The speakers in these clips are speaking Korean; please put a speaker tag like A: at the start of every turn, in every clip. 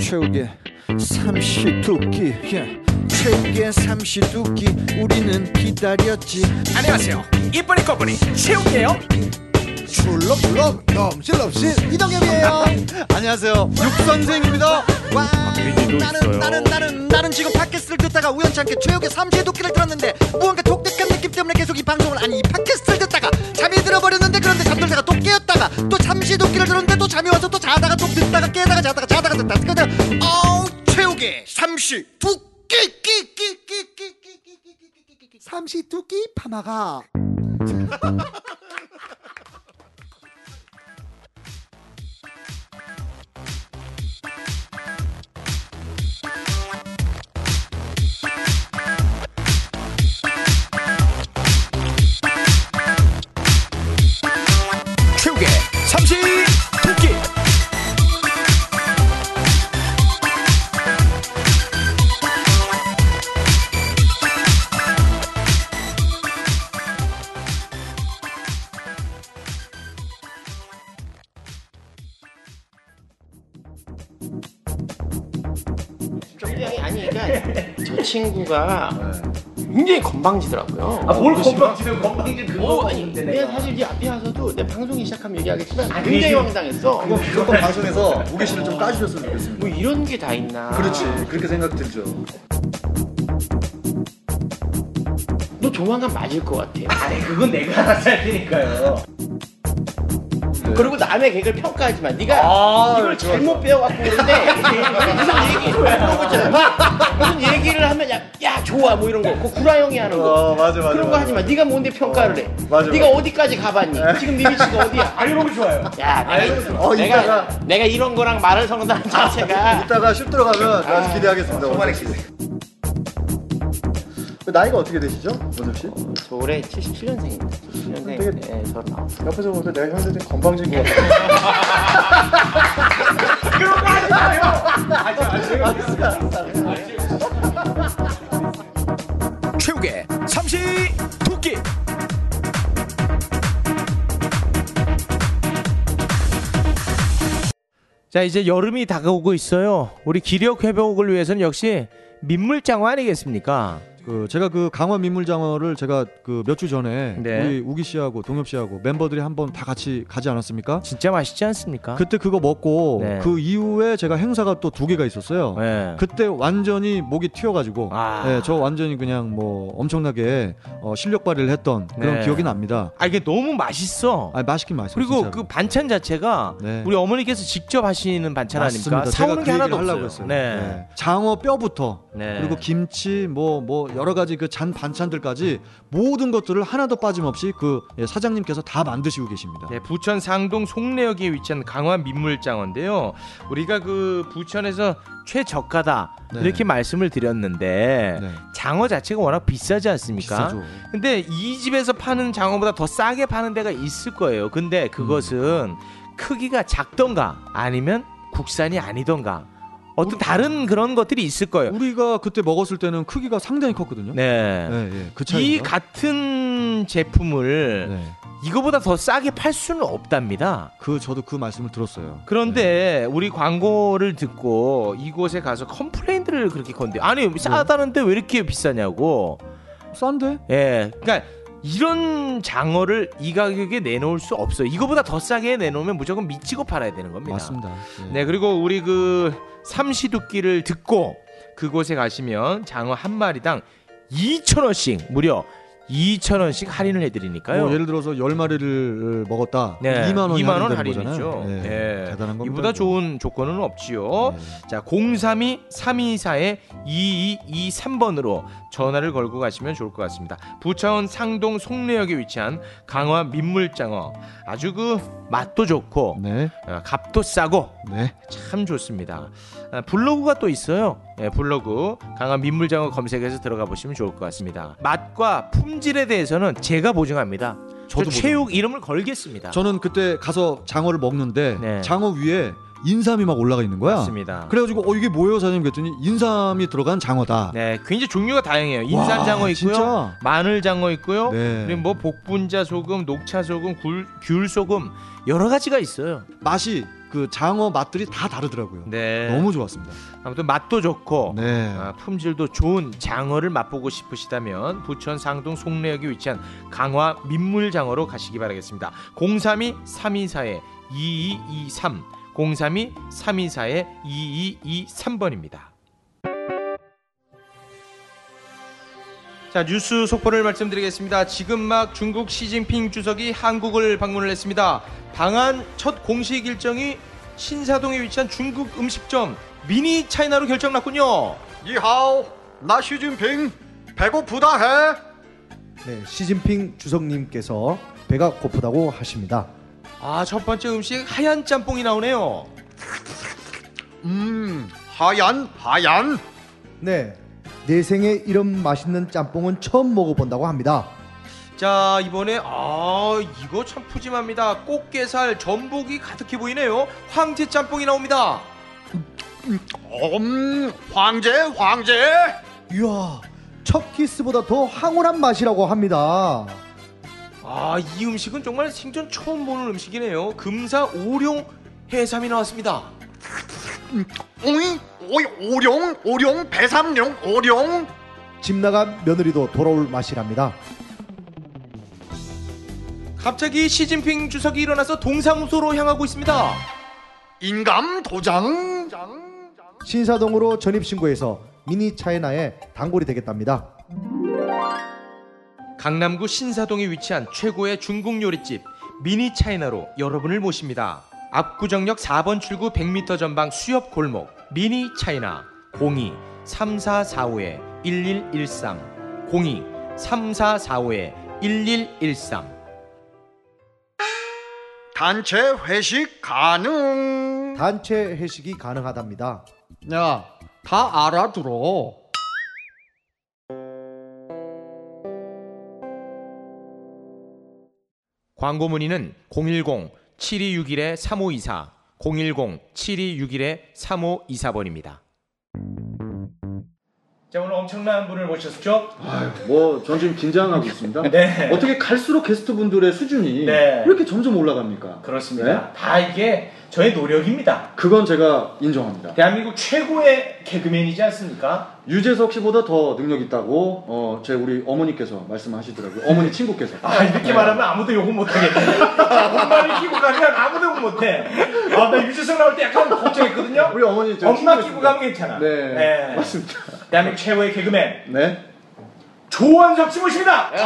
A: 최후의 삼시두끼 yeah. 최후의 삼시두끼 우리는 기다렸지
B: 안녕하세요. 이쁜이 꺼분이 채울게요.
A: 출렁출렁 넘실넘실 이동엽이에요 안녕하세요 육선생입니다 와
C: 민지도
A: 나는
C: 있어요.
A: 나는 나는 나는 지금 팟캐스트를 듣다가 우연찮게 최욱의 삼시두끼를 들었는데 무언가 독특한 느낌 때문에 계속 이 방송을 아니 이 팟캐스트를 듣다가 잠이 들어버렸는데 그런데 잠들다가 또 깨었다가 또 삼시두끼를 들었는데 또 잠이 와서 또 자다가 또 듣다가 깨다가 자다가 자다가 듣다가 그냥 어우 최욱의 삼시두끼 끼끼끼끼끼끼끼끼끼끼끼끼끼 삼시두끼 파마가
B: 최욱의 삼시 토끼.
D: 굉장히 아니 그러니까 저 친구가 굉장히 건방지더라고요.
C: 아, 뭘 건방지는 건방지 그거
D: 어, 아니 내가 사실 이 앞에 와서도 내 방송이 시작하면 얘기하겠지만
C: 아,
D: 굉장히 황당했어.
E: 그건 무조건 방송에서 무게 씨를 좀 까주셨으면 좋겠습니다.
D: 뭐 이런 게 다 있나?
E: 그렇지 그렇게 생각 들죠.
D: 너 조만간 맞을 것 같아.
C: 아니 그건 내가 알아서 할 테니까요
D: 그리고 남의 개그를 평가하지 마. 네가
C: 아,
D: 이걸
C: 좋아,
D: 잘못 배워갖고 그러는데 무슨 얘기 그런 거잖아. 봐. 무슨 얘기를 하면 야, 야 좋아 뭐 이런 거. 그 구라 형이 하는 거.
E: 어, 맞아, 맞아,
D: 그런 거
E: 맞아.
D: 하지 마. 네가 뭔데 평가를 해.
C: 어,
E: 맞아,
D: 네가
E: 맞아.
D: 어디까지 가봤니? 지금 네 위치가 어디야?
C: 알고보기 좋아요 아,
D: 야, 내가,
E: 어,
D: 내가,
E: 이따가-
D: 내가 이런 거랑 말을 성사한 자체가
E: 이따가 슛 들어가면 아주 기대하겠습니다. 정말 기대. 나이가 어떻게 되시죠, 원섭 씨?
D: 저 올해 77년생입니다. 77년생. 예, 저는 아홉.
E: 옆에서 보니까 내가 형들 좀 건방진 것 같아요.
B: 최욱의 삼시 토끼.
F: 자 이제 여름이 다가오고 있어요. 우리 기력 회복을 위해서는 역시 민물장어 아니겠습니까?
G: 그 제가 그 강원 민물장어를 제가 그 몇 주 전에
F: 네.
G: 우리 우기 씨하고 동엽 씨하고 멤버들이 한번 다 같이 가지 않았습니까?
F: 진짜 맛있지 않습니까?
G: 그때 그거 먹고
F: 네.
G: 그 이후에 제가 행사가 또 두 개가 있었어요.
E: 네.
F: 예.
G: 그때 완전히 목이 튀어가지고
F: 아.
G: 예, 저 완전히 그냥 뭐 엄청나게 어, 실력 발휘를 했던 그런
F: 네.
G: 기억이 납니다.
F: 아 이게 너무 맛있어.
G: 아 맛있긴 맛있어요.
F: 그리고
G: 진짜로.
F: 그 반찬 자체가
G: 네.
F: 우리 어머니께서 직접 하시는 반찬 아닙니까?
G: 맞습니다.
F: 사오는
G: 제가
F: 게
G: 그
F: 하나도
G: 얘기를
F: 없어요.
G: 하려고 했어요.
F: 네.
G: 네. 장어 뼈부터
F: 네.
G: 그리고 김치 뭐 뭐 여러 가지 그 잔 반찬들까지 모든 것들을 하나도 빠짐없이 그 예, 사장님께서 다 만드시고 계십니다.
F: 네, 부천 상동 송내역에 위치한 강화 민물장어인데요. 우리가 그 부천에서 최저가다
G: 네.
F: 이렇게 말씀을 드렸는데
G: 네.
F: 장어 자체가 워낙 비싸지 않습니까?
G: 비싸죠.
F: 근데 이 집에서 파는 장어보다 더 싸게 파는 데가 있을 거예요. 근데 그것은
G: 음.
F: 크기가 작던가 아니면 국산이 아니던가 어떤 다른 그런 것들이 있을 거예요.
G: 우리가 그때 먹었을 때는 크기가 상당히 컸거든요.
F: 네.
G: 예, 예. 그
F: 이
G: 차이가.
F: 같은 제품을
G: 네.
F: 이거보다 더 싸게 팔 수는 없답니다.
G: 그 저도 그 말씀을 들었어요.
F: 그런데 우리 광고를 듣고 이곳에 가서 컴플레인들을 그렇게 건데 아니
G: 네.
F: 싸다는데 왜 이렇게 비싸냐고
G: 싼데?
F: 예 그러니까 이런 장어를 이 가격에 내놓을 수 없어요 이거보다 더 싸게 내놓으면 무조건 미치고 팔아야 되는 겁니다
G: 맞습니다. 예.
F: 네 그리고 우리 그 삼시두끼를 듣고 그곳에 가시면 장어 한 마리당 2,000원씩 무려 2,000원씩 할인을 해드리니까요
G: 뭐 예를 들어서 열 마리를 먹었다.
F: 네,
G: 2만 원이
F: 2만 원
G: 할인되는 거잖아요.
F: 할인이죠.
G: 예,
F: 예.
G: 대단한 겁니다. 네.
F: 이보다 좋은 조건은 없지요. 자, 032-324-2223번으로 전화를 걸고 가시면 좋을 것 같습니다. 부천 상동 송내역에 위치한 강화 민물장어. 아주 그 맛도 좋고
G: 네.
F: 어, 값도 싸고
G: 네.
F: 참 좋습니다. 아, 블로그가 또 있어요. 예, 블로그 강화 민물장어 검색해서 들어가 보시면 좋을 것 같습니다. 맛과 품질에 대해서는 제가 보증합니다. 저
G: 저도
F: 최욱 이름을 걸겠습니다.
G: 저는 그때 가서 장어를 먹는데
F: 네.
G: 장어 위에 인삼이 막 올라가 있는 거야.
F: 맞습니다.
G: 그래가지고 어 이게 뭐예요 사장님 그랬더니 인삼이 들어간 장어다.
F: 네, 굉장히 종류가 다양해요. 인삼
G: 와,
F: 장어 있고요,
G: 진짜?
F: 마늘 장어 있고요,
G: 네.
F: 그리고 뭐 복분자 소금, 녹차 소금, 굴, 귤 소금 여러 가지가 있어요.
G: 맛이 그 장어 맛들이 다 다르더라고요.
F: 네,
G: 너무 좋았습니다.
F: 아무튼 맛도 좋고
G: 네.
F: 아, 품질도 좋은 장어를 맛보고 싶으시다면 부천 상동 송내역에 위치한 강화 민물장어로 가시기 바라겠습니다. 032 324의 2223 032 324의 2223번입니다. 자 뉴스 속보를 말씀드리겠습니다. 지금 막 중국 시진핑 주석이 한국을 방문을 했습니다. 방한 첫 공식 일정이 신사동에 위치한 중국 음식점 미니 차이나로 결정났군요.
C: 이하오 나 시진핑 배고프다 해
H: 네, 시진핑 주석님께서 배가 고프다고 하십니다.
F: 아 첫 번째 음식 하얀 짬뽕이 나오네요.
C: 음 하얀 하얀
H: 네, 내 생에 이런 맛있는 짬뽕은 처음 먹어본다고 합니다.
F: 자 이번에 아 이거 참 푸짐합니다. 꽃게살 전복이 가득해 보이네요. 황제 짬뽕이 나옵니다.
C: 음 황제 황제
H: 이야, 첫 키스보다 더 황홀한 맛이라고 합니다.
F: 아 이 음식은 정말 생전 처음 보는 음식이네요. 금사 오룡 해삼이 나왔습니다.
C: 오이 오이 오룡 오룡 배삼룡 오룡
H: 집 나간 며느리도 돌아올 맛이랍니다.
F: 갑자기 시진핑 주석이 일어나서 동사무소로 향하고 있습니다.
C: 인감 도장
H: 신사동으로 전입신고해서 미니 차이나의 단골이 되겠답니다.
F: 강남구 신사동에 위치한 최고의 중국 요리집 미니 차이나로 여러분을 모십니다. 압구정역 4번 출구 100m 전방 수협 골목 미니 차이나 02 3445의 1113 02 3445의 1113
C: 단체 회식 가능
H: 단체 회식이 가능하답니다.
C: 네.
G: 야, 다 알아들어.
F: 광고 문의는 010-7261-3524 010-7261-3524번입니다.
I: 자 오늘 엄청난 분을 모셨죠?
C: 뭐 전 지금 긴장하고 있습니다
I: 네.
C: 어떻게 갈수록 게스트분들의 수준이
I: 네.
C: 왜 이렇게 점점 올라갑니까
I: 그렇습니다. 다 이게 저의 노력입니다.
C: 그건 제가 인정합니다
I: 대한민국 최고의 개그맨이지 않습니까?
C: 유재석 씨보다 더 능력 있다고 어, 제 우리 어머니께서 말씀하시더라고요 어머니 네, 친구께서
I: 아 이렇게 말하면 아무도 욕은 못하겠다. 엄마를 끼고 가면 아무도 욕 못해. 아나 유재석 나올 때 약간 걱정했거든요.
C: 우리 어머니 제
I: 엄마 끼고
C: 친구였습니다.
I: 가면 괜찮아.
C: 네,
I: 네.
C: 맞습니다
I: 대한민국 최고의 개그맨
C: 네 아,
I: 조원석 씨 모십니다.
C: 네.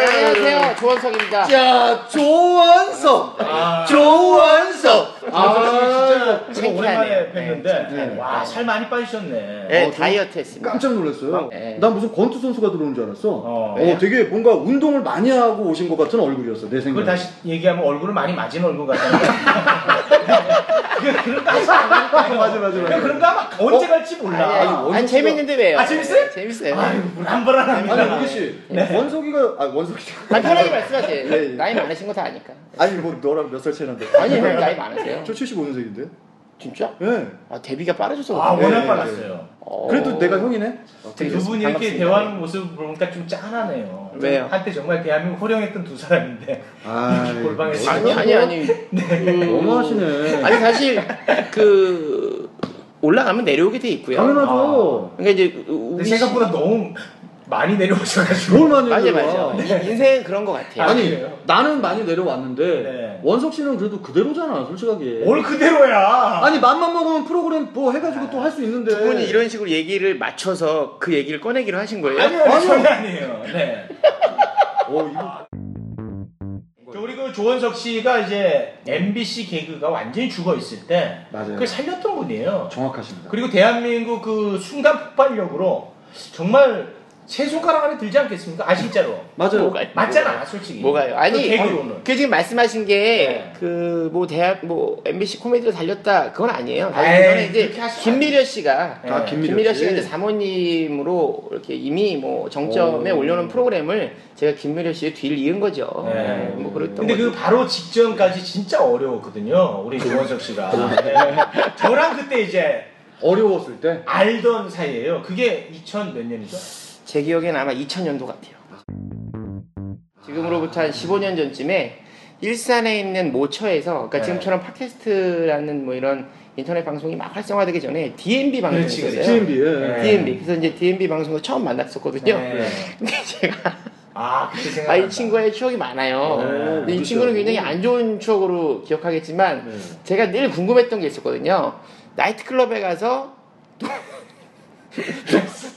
D: 안녕하세요, 조원석입니다.
C: 야, 조원석! 조원석! 아, 진짜
I: 제가 오랜만에
D: 창피하네요.
I: 뵀는데 와 살 많이 빠지셨네.
D: 네,
C: 어, 좀-
D: 다이어트 했습니다.
C: 깜짝 놀랐어요.
D: 네.
C: 난 무슨 권투 선수가 들어온 줄 알았어.
I: 어.
C: 어, 되게 뭔가 운동을 많이 하고 오신 것 같은 얼굴이었어, 내
I: 그걸
C: 생각에.
I: 다시 얘기하면 얼굴을 많이 맞은 얼굴 같아요. 그런가 봐.
C: 맞아, 어? 맞아, 맞아.
I: 그런가 봐. 언제 갈지 몰라.
D: 아니, 아니, 아니, 재밌는데 왜요?
I: 아, 재밌어요?
D: 네, 재밌어요.
I: 아유, 불안불안합니다.
C: 아니, 우기 씨. 원석이가, 아, 원석이.
D: 아니, 편하게 말씀하세요.
C: 예, 예.
D: 나이 많으신 거 다 아니까.
C: 아니, 뭐, 너랑 몇 살 차이 난데?
D: 아니, 형 나이 많으세요.
C: 저 75년생인데?
D: 진짜?
C: 예.
D: 아, 데뷔가 빠르셔서.
I: 아,
D: 그래요.
I: 워낙
C: 예,
I: 빨랐어요.
D: 어.
C: 그래도 내가 형이네?
I: 어, 두 분이 이렇게 대화하는 모습 보니까 좀 짠하네요.
D: 왜요?
I: 한때 정말 대한민국 호령했던 두 사람인데
C: 아,
I: 이렇게 골방에서
D: 아니, 아니, 아니.
I: 네.
C: 너무하시네.
D: 아니 사실 그 올라가면 내려오게 돼 있고요.
C: 당연하죠.
D: 그러니까 이제 우리
I: 아, 근데 생각보다 너무 많이 내려오셔가지고
C: 뭘 많이
D: 맞아
C: 해요.
D: 맞아. 이- 인생은 그런 것 같아요.
I: 아니,
C: 아니,
I: 그래요?
C: 나는 많이 내려왔는데,
I: 네.
C: 원석 씨는 그래도 그대로잖아, 솔직하게.
I: 올 그대로야.
C: 아니 맘만 먹으면 프로그램 뭐 해가지고 또 할 수 있는데
G: 네.
D: 두 분이 이런 식으로 얘기를 맞춰서 그 얘기를 꺼내기로 하신 거예요?
I: 아니요, 아니요, 전혀 아니에요. 네.
C: 어, 이거
I: 그 우리 그 조원석 씨가 이제 MBC 개그가 완전히 죽어 있을 때
C: 맞아요.
I: 그걸 살렸던 분이에요.
C: 정확하십니다
I: 그리고 대한민국 그 순간 폭발력으로 정말
F: 세 손가락 안에 들지 않겠습니까? 아 진짜로
C: 맞아요.
D: 뭐가-
F: 맞잖아 솔직히
D: 뭐가요? 아니
F: 그 개그로는
D: 그 지금 말씀하신
F: 네.
D: 게그 뭐 대학 뭐 MBC 코미디로 달렸다 그건 아니에요.
F: 에이,
D: 저는 이제
F: 그렇게 네. 하시면
D: 김미려 씨가
C: 아, 김미려 씨.
D: 가 이제 사모님으로 이렇게 이미 뭐 정점에
C: 오.
D: 올려놓은 프로그램을 제가 김미려 씨의 뒤를 이은 거죠.
F: 네.
D: 뭐 그랬던
F: 근데
D: 거죠.
F: 그 바로 직전까지 진짜 어려웠거든요 우리 유원석 씨가 네. 저랑 그때 이제
C: 어려웠을 때
F: 알던 사이예요 그게 2000 몇 년이죠?
D: 제 기억엔 아마 2000년도 같아요. 지금으로부터 한 15년 전쯤에 일산에 있는 모처에서 그러니까
F: 네.
D: 지금처럼 팟캐스트라는 뭐 이런 인터넷 방송이 막 활성화되기 전에 DMB 방송이
F: 그렇지,
D: 있었어요.
F: 그렇지.
C: TMB에
F: 네.
D: DMB. 그래서 이제 DMB 방송을 처음 만났었거든요. 근데 제가
F: 아 그때
D: 아,
F: 생각난다
D: 이 친구의 추억이 많아요.
F: 네.
D: 근데 이 친구는 굉장히 안 좋은 추억으로 기억하겠지만
F: 네.
D: 제가 늘 궁금했던 게 있었거든요. 나이트클럽에 가서 돈-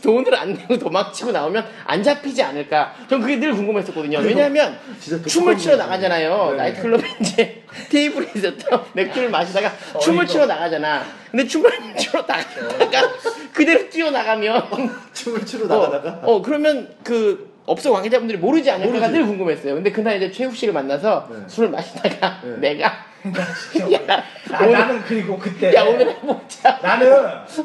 D: 돈을 안 내고 도망치고 나오면 안 잡히지 않을까. 전 그게 늘 궁금했었거든요. 왜냐하면
C: 진짜
D: 춤을
C: 독특한
D: 추러
C: 분이네.
D: 나가잖아요. 나이트클럽에 이제 테이블에 있었던 맥주를 마시다가 춤을 추러 나가잖아. 근데 춤을 추러 나가다가 그대로 뛰어나가면
C: 춤을 추러
D: 어, 어, 그러면 그 업소 관계자분들이 모르지 않을까가 늘 궁금했어요. 근데 그날 이제 최욱 씨를 만나서 술을 마시다가 내가 야,
F: 아, 나는 그리고 그때
D: 야 오늘 뭐 해보자.
F: 나는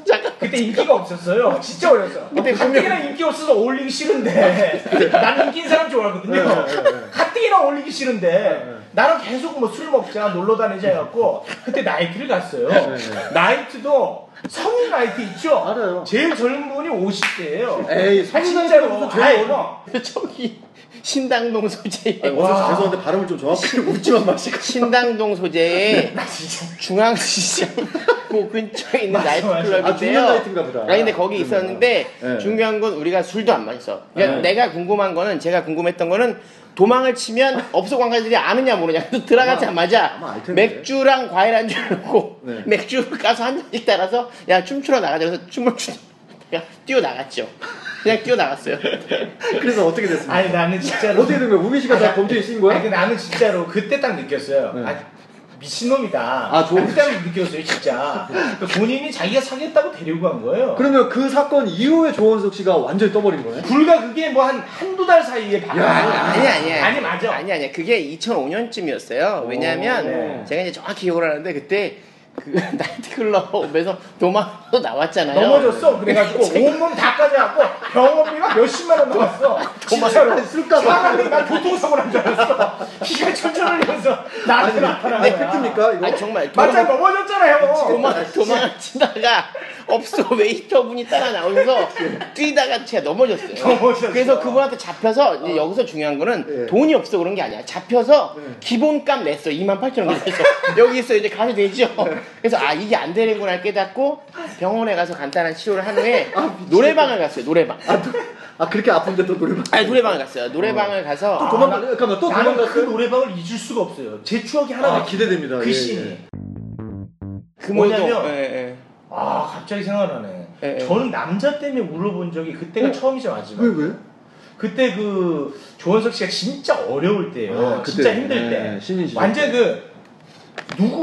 D: 잠깐
F: 그때 인기가 없었어요. 진짜 어렸어.
D: 그때
F: 가뜩이나 인기 없어서 어울리기 싫은데 나는 인기인 사람
C: 네,
F: 좋아하거든요. 가뜩이나 어울리기 싫은데 나랑 계속 뭐 술 먹자 놀러 다니자 해갖고 그때 나이트를 갔어요.
C: 네,
F: 나이트도 성인 나이트 있죠?
C: 알아요.
F: 제일 젊은 분이 50대예요.
C: 에이, 성인
F: 진짜로.
C: 나이트가 무슨
F: 아이
C: 제일
F: 뭐
D: 저기 신당동 소재
C: 아니, 원석 씨 죄송한데 발음을 좀 정확하게 웃지만 마시고
D: 신당동 소재의
F: 진짜
D: 중앙시장 그 근처에 있는
F: 맞아, 맞아.
C: 아
D: 나이트클럽인데요.
C: 중년 나이트인가 보다
D: 아니 근데 거기 있었는데
C: 네.
D: 중요한 건 우리가 술도 안 마셨어. 그러니까
C: 네.
D: 내가 궁금한 거는 제가 궁금했던 거는 도망을 치면 업소 관계자들이 아느냐 모르냐. 또
C: 아마
D: 들어가자마자
C: 알 텐데.
D: 맥주랑 과일 한줄 놓고
C: 네.
D: 맥주 가서 한 잔씩 따라서 야 춤추러 나가자. 그래서 춤을 추다 뛰어 나갔죠. 그냥 뛰어 나갔어요.
C: 그래서 어떻게 됐습니까?
F: 아니 나는 진짜로.
C: 어떻게 된 거야? 우기 씨가 다 범죄에 쓰인 거야?
F: 아니 근데 나는 진짜로 그때 딱 느꼈어요.
C: 네.
F: 아 미친놈이다.
C: 아, 좋은
F: 그때 느꼈어요 진짜. 그러니까 본인이 자기가 사겠다고 데리고 간 거예요.
C: 그러면 그 사건 이후에 조원석 씨가 완전히 떠버린 거네?
F: 불과 그게 뭐 한 한두 달 사이에 바뀌
D: 아니 아니야.
F: 아니 맞아.
D: 아니 아니야. 그게 2005년쯤이었어요. 왜냐하면
F: 네.
D: 제가 이제 정확히 기억을 하는데 그때 그 나이트클럽에서 도망도 나왔잖아요.
F: 넘어졌어. 그래가지고 온몸 다 까져갖고 병원비가 몇십만 원 나왔어. 진짜로.
C: 쓸까 봐.
F: 사람이 나 교통사고 난 줄 알았어. 피가 천천히 흘리면서 나한테 나타나.
C: 아니 팩트입니까 이거?
D: 아니 정말 도망
F: 맞아 넘어졌잖아요.
D: 도망 도망 치다가 업소 웨이터 분이 따라 나오면서 뛰다가 제가 넘어졌어요.
F: 넘어졌어.
D: 그래서 그분한테 잡혀서 이제 여기서 중요한 거는
C: 어. 예.
D: 돈이 없어 그런 게 아니야. 잡혀서 기본값 냈어. 2만 8천 원 그래서 여기서 이제 가도 되죠.
C: 예.
D: 그래서 아 이게 안 되는구나 깨닫고 병원에 가서 간단한 치료를 한 후에 노래방을 갔어요. 노래방.
C: 아, 또, 아 그렇게 아픈데 또 노래방
D: 아니 노래방을 갔어요. 노래방을 가서
C: 또 도망가 잠깐만 또
F: 나는 그
C: 도망갔어요?
F: 노래방을 잊을 수가 없어요. 제 추억이 하나가
C: 아 기대됩니다
F: 그
C: 예,
F: 씬이.
C: 예.
D: 그 뭐냐면
F: 뭐냐면
D: 예, 예.
F: 아 갑자기 생각나네.
D: 예, 예.
F: 저는 남자 때문에 울어본 적이 그때가 처음이자 마지막.
C: 왜 왜?
F: 그때 그 조원석 씨가 진짜 어려울 때예요.
C: 아, 그때.
F: 진짜 힘들 때.
D: 예,
C: 네, 신인 시절.
F: 완전 그 누구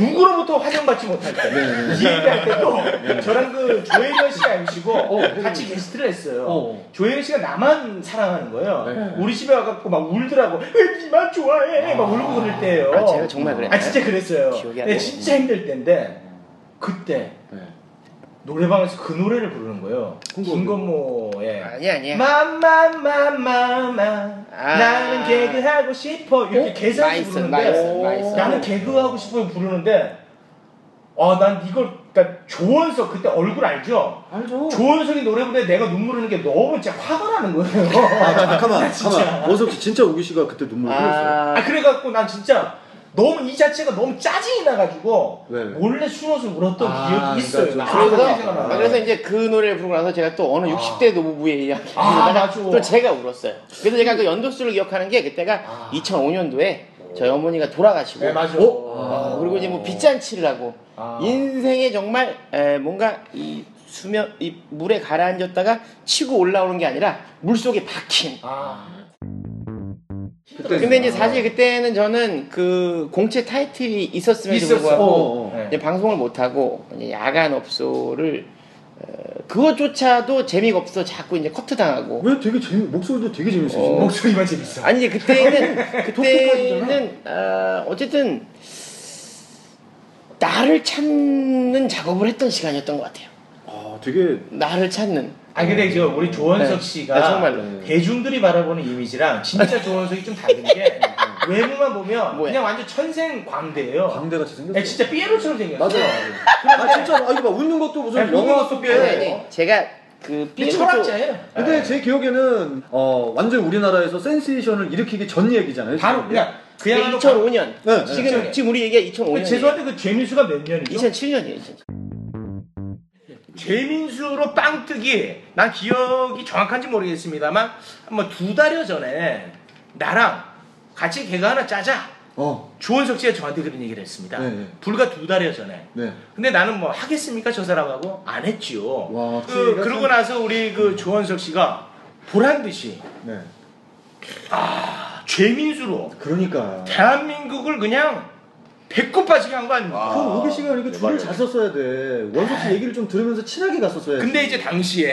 F: 누구로부터 환영받지 못할
D: 네,
F: 때. 이 얘기할 때도 저랑 그 조혜련 씨가 MC고
D: 어, 네,
F: 같이 게스트를 했어요.
C: 어.
F: 조혜련 씨가 나만 사랑하는 거예요.
D: 네.
F: 우리 집에 와갖고 막 울더라고. 왜 니만 좋아해? 막 울고 그럴 때예요.
D: 아, 제가 정말 그랬나요?
F: 아 진짜 그랬어요.
D: 기억이 안
F: 네,
D: 나요.
F: 진짜 힘들 때인데 그때
C: 네.
F: 노래방에서 그 노래를 부르는 거예요.
C: 그거
F: 김건모의
D: 아니 아니야.
F: 마마마마마
D: 아.
F: 나는 개그하고 싶어 이렇게
D: 어?
F: 개사해서
D: 나이스,
F: 부르는데
D: 나이스, 나이스.
F: 나는 개그하고 싶어 부르는데 아 난 이걸 그러니까 조원석 그때 얼굴 알죠?
C: 알죠
F: 조원석이 노래 부르는데 내가 눈물 흘리는 게 너무 진짜 화가 나는 거예요
C: 아 잠깐만
F: 진짜.
C: 잠깐만 원석 씨 진짜 우기 씨가 뭐 그때 눈물 흘렸어요
D: 아,
F: 아 그래갖고 난 진짜 너무 이 자체가 너무 짜증이 나가지고
C: 왜, 왜?
F: 몰래 숨어서 울었던
C: 아,
F: 기억이 있어요
C: 그러니까
F: 나
C: 좀
F: 그렇게
D: 그래서,
F: 생각나요.
D: 아, 그래서 이제 그 노래를 부르고 나서 제가 또 어느 60대 노부부의 이야기를
F: 아,
D: 하다가
F: 맞아.
D: 또 제가 울었어요. 그래서 제가 그 연도수를 기억하는 게 그때가 2005년도에 저희 어머니가 돌아가시고
F: 아. 네 맞아
D: 어, 그리고 이제 뭐 빚잔치를 하고
F: 아.
D: 인생에 정말 에, 뭔가 이 수면 이 물에 가라앉았다가 치고 올라오는 게 아니라 물 속에 박힌
F: 아.
C: 그때
D: 근데 이제 사실 그때는 저는 그 공채 타이틀이 있었음에도
F: 있었어.
C: 어,
D: 불구하고
C: 어.
F: 네.
D: 이제 방송을 못 하고 야간 업소를 어, 그것조차도 재미가 없어 자꾸 이제 커트 당하고.
C: 왜 되게 재미 목소리도 되게
D: 어.
C: 재밌으시네.
F: 목소리만 재밌어.
D: 아니 이제 그때는
C: 독특하시잖아.
D: 그때는 아, 어쨌든 나를 찾는 작업을 했던 시간이었던 것 같아요.
C: 아 되게
D: 나를 찾는.
F: 아 근데 저 우리 조원석
D: 네.
F: 씨가
D: 네, 정말로.
F: 대중들이 바라보는 이미지랑 진짜 조원석이 좀 다른 게 외모만 보면
D: 뭐야?
F: 그냥 완전 천생 광대예요.
C: 광대같이 생겼어.
F: 야, 진짜 삐에로처럼 생겼어.
C: 맞아. 아 진짜 아 이거 봐 웃는 것도
F: 야,
C: 무슨
F: 웃는
C: 영화
F: 것도
C: 속에.
F: 네.
D: 아니, 제가 그
F: 근데
D: 삐에로도-
F: 철학자예요.
C: 근데 제 기억에는 어 완전 우리나라에 센세이션을 일으키기 전 얘기잖아요.
F: 바로
C: 지금.
D: 네.
F: 그냥 그야말로
D: 2005년.
C: 네, 네.
D: 지금 지금 우리 얘기가
F: 바-
D: 2005년.
F: 죄송한데 그 재민수가 몇 년이죠?
D: 2007년이에요. 2007년.
F: 재민수로 빵뜨기 난 기억이 정확한지 모르겠습니다만 한번 두 달여 전에 나랑 같이 개그 하나 짜자
C: 어.
F: 조원석 씨가 저한테 그런 얘기를 했습니다
C: 네, 네.
F: 불과 두 달여 전에
C: 네.
F: 근데 나는 뭐 하겠습니까 저 사람하고 안 했지요
C: 와,
F: 그,
C: 찌가
F: 그러고
C: 참- 음.
F: 나서 우리 그 조원석 씨가 보란 듯이
C: 네.
F: 죄민수로
C: 그러니까.
F: 대한민국을 그냥 배꼽 빠지게 한 거 아닙니까
C: 그 오기 씨가 그러니까 줄을 잘 썼어야 돼. 원석 씨 얘기를 좀 들으면서 친하게 갔었어야 돼.
F: 근데 이제 당시에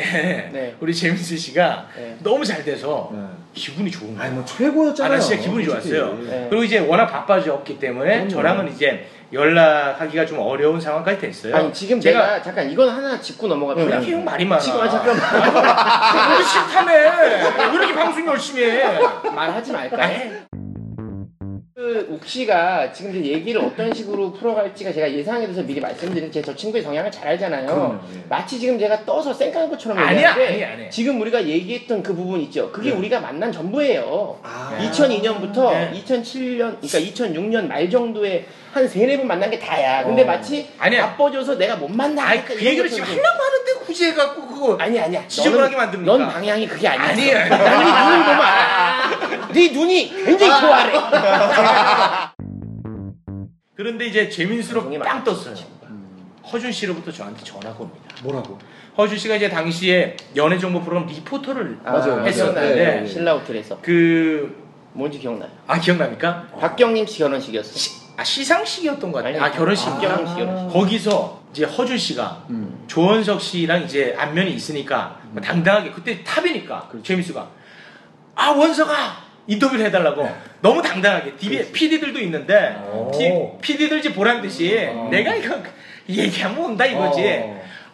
D: 네.
F: 우리 재민수 씨가
D: 네.
F: 너무 잘 돼서
C: 네.
F: 기분이 좋은 거예요.
C: 아니 뭐 최고였잖아요.
F: 아나 씨가 기분이
C: 솔직히.
F: 좋았어요.
D: 네.
F: 그리고 이제 워낙 바빠졌기 때문에
C: 그럼요.
F: 저랑은 이제 연락하기가 좀 어려운 상황까지 됐어요.
D: 아니 지금 내가, 잠깐 이건 하나 짚고
F: 왜
D: 넘어갑니다.
F: 이렇게 형 말이 많아?
D: 지금 아, 잠깐만
F: 우리 싫다며. 왜 이렇게 방송 열심히 해?
D: 네. 말하지 말까요? 그 욱씨가 지금 이제 얘기를 어떤 식으로 풀어갈지가 제가 예상에 대해서 미리 말씀드린 제 저 친구의 경향을 잘 알잖아요. 마치 지금 제가 떠서 쌩까는 것처럼
F: 예. 아니야,
D: 얘기하는데
F: 아니야, 아니야.
D: 지금 우리가 얘기했던 그 부분 있죠. 그게 우리가 만난 전부예요. 2002년부터
F: 아. 네.
D: 2007년, 그러니까 2006년 말 정도에 한 세네 번 만난 게 다야. 근데 마치
F: 아니야.
D: 바빠져서 내가 못 만나.
F: 어. 아니 그 얘기를 지금 하려고 하는데 굳이 해갖고 그거.
D: 아니 아니야.
F: 지저분하게
D: 너는-
F: 만듭니까?
D: 넌 방향이 그게 아니야.
F: 아니에요.
D: 당연히 네 눈을 보면 알아. 네 눈이 굉장히 좋아해.
F: 그런데 이제 재민수로
D: 방송이
F: 빵
D: 많았지,
F: 떴어요.
D: 친구가.
C: 음.
F: 허준 씨로부터 저한테 전화가 옵니다.
C: 뭐라고?
F: 허준 씨가 이제 당시에 연예 정보 프로그램 리포터를
C: 맞아요, 맞아요.
F: 했었는데
C: 네, 네, 네.
D: 신라 호텔에서
F: 그.
D: 뭔지 기억나요?
F: 아 기억납니까?
C: 네.
D: 박경림 씨 결혼식이었어.
F: 아 시상식이었던 것 같아요.
D: 아니요.
F: 아 결혼식인가?
D: 박경림 씨 결혼식.
F: 거기서 이제 허준 씨가
C: 음.
F: 조원석 씨랑 이제 안면이 있으니까 당당하게 그때 탑이니까 재미수가 아 원석아 인터뷰를 해달라고 너무 당당하게 DB, PD들도 있는데
J: 오.
F: PD들 이제 보란 듯이 내가 이거 얘기하면 온다 이거지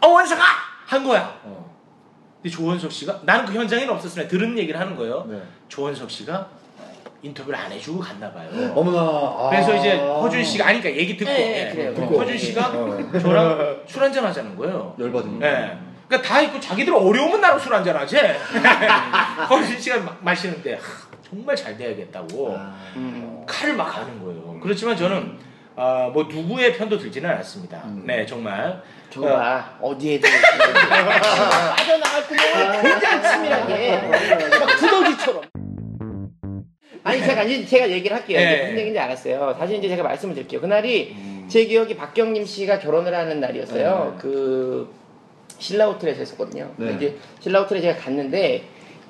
F: 어 원석아 한 거야. 근데 조원석 씨가 나는 그 현장에는 없었으나 들은 얘기를 하는 거예요.
C: 네.
F: 조원석 씨가 인터뷰를 안 해주고 갔나 봐요.
C: 어머나. 아.
F: 그래서 이제 허준 씨가 아니까 얘기 듣고
D: 네,
F: 예.
D: 그래요.
C: 듣고.
F: 허준 씨가 저랑 술 한잔 하자는 거예요.
C: 어. 열받으니까.
F: 예. 그러니까 다 있고 자기들 어려우면 나랑 술 한잔 하지. 허준 씨가 막 마시는데 하, 정말 잘 돼야겠다고
C: 아.
F: 칼을 막 하는
C: 음.
F: 거예요. 그렇지만 저는 아, 뭐 누구의 편도 들지는 않았습니다.
C: 음.
F: 네 정말
D: 저봐 어디에든 빠져나갈 구멍을 굉장히 치밀하게 막 두더지처럼. 아니 제가 이제 제가 얘기를 할게요. 이게
F: 네.
D: 무슨 얘기인지 알았어요. 사실 이제 제가 말씀을 드릴게요. 그날이 제 기억이 박경림 씨가 결혼을 하는 날이었어요. 그 신라 호텔에서 했었거든요.
C: 네.
D: 이제 신라 호텔에 제가 갔는데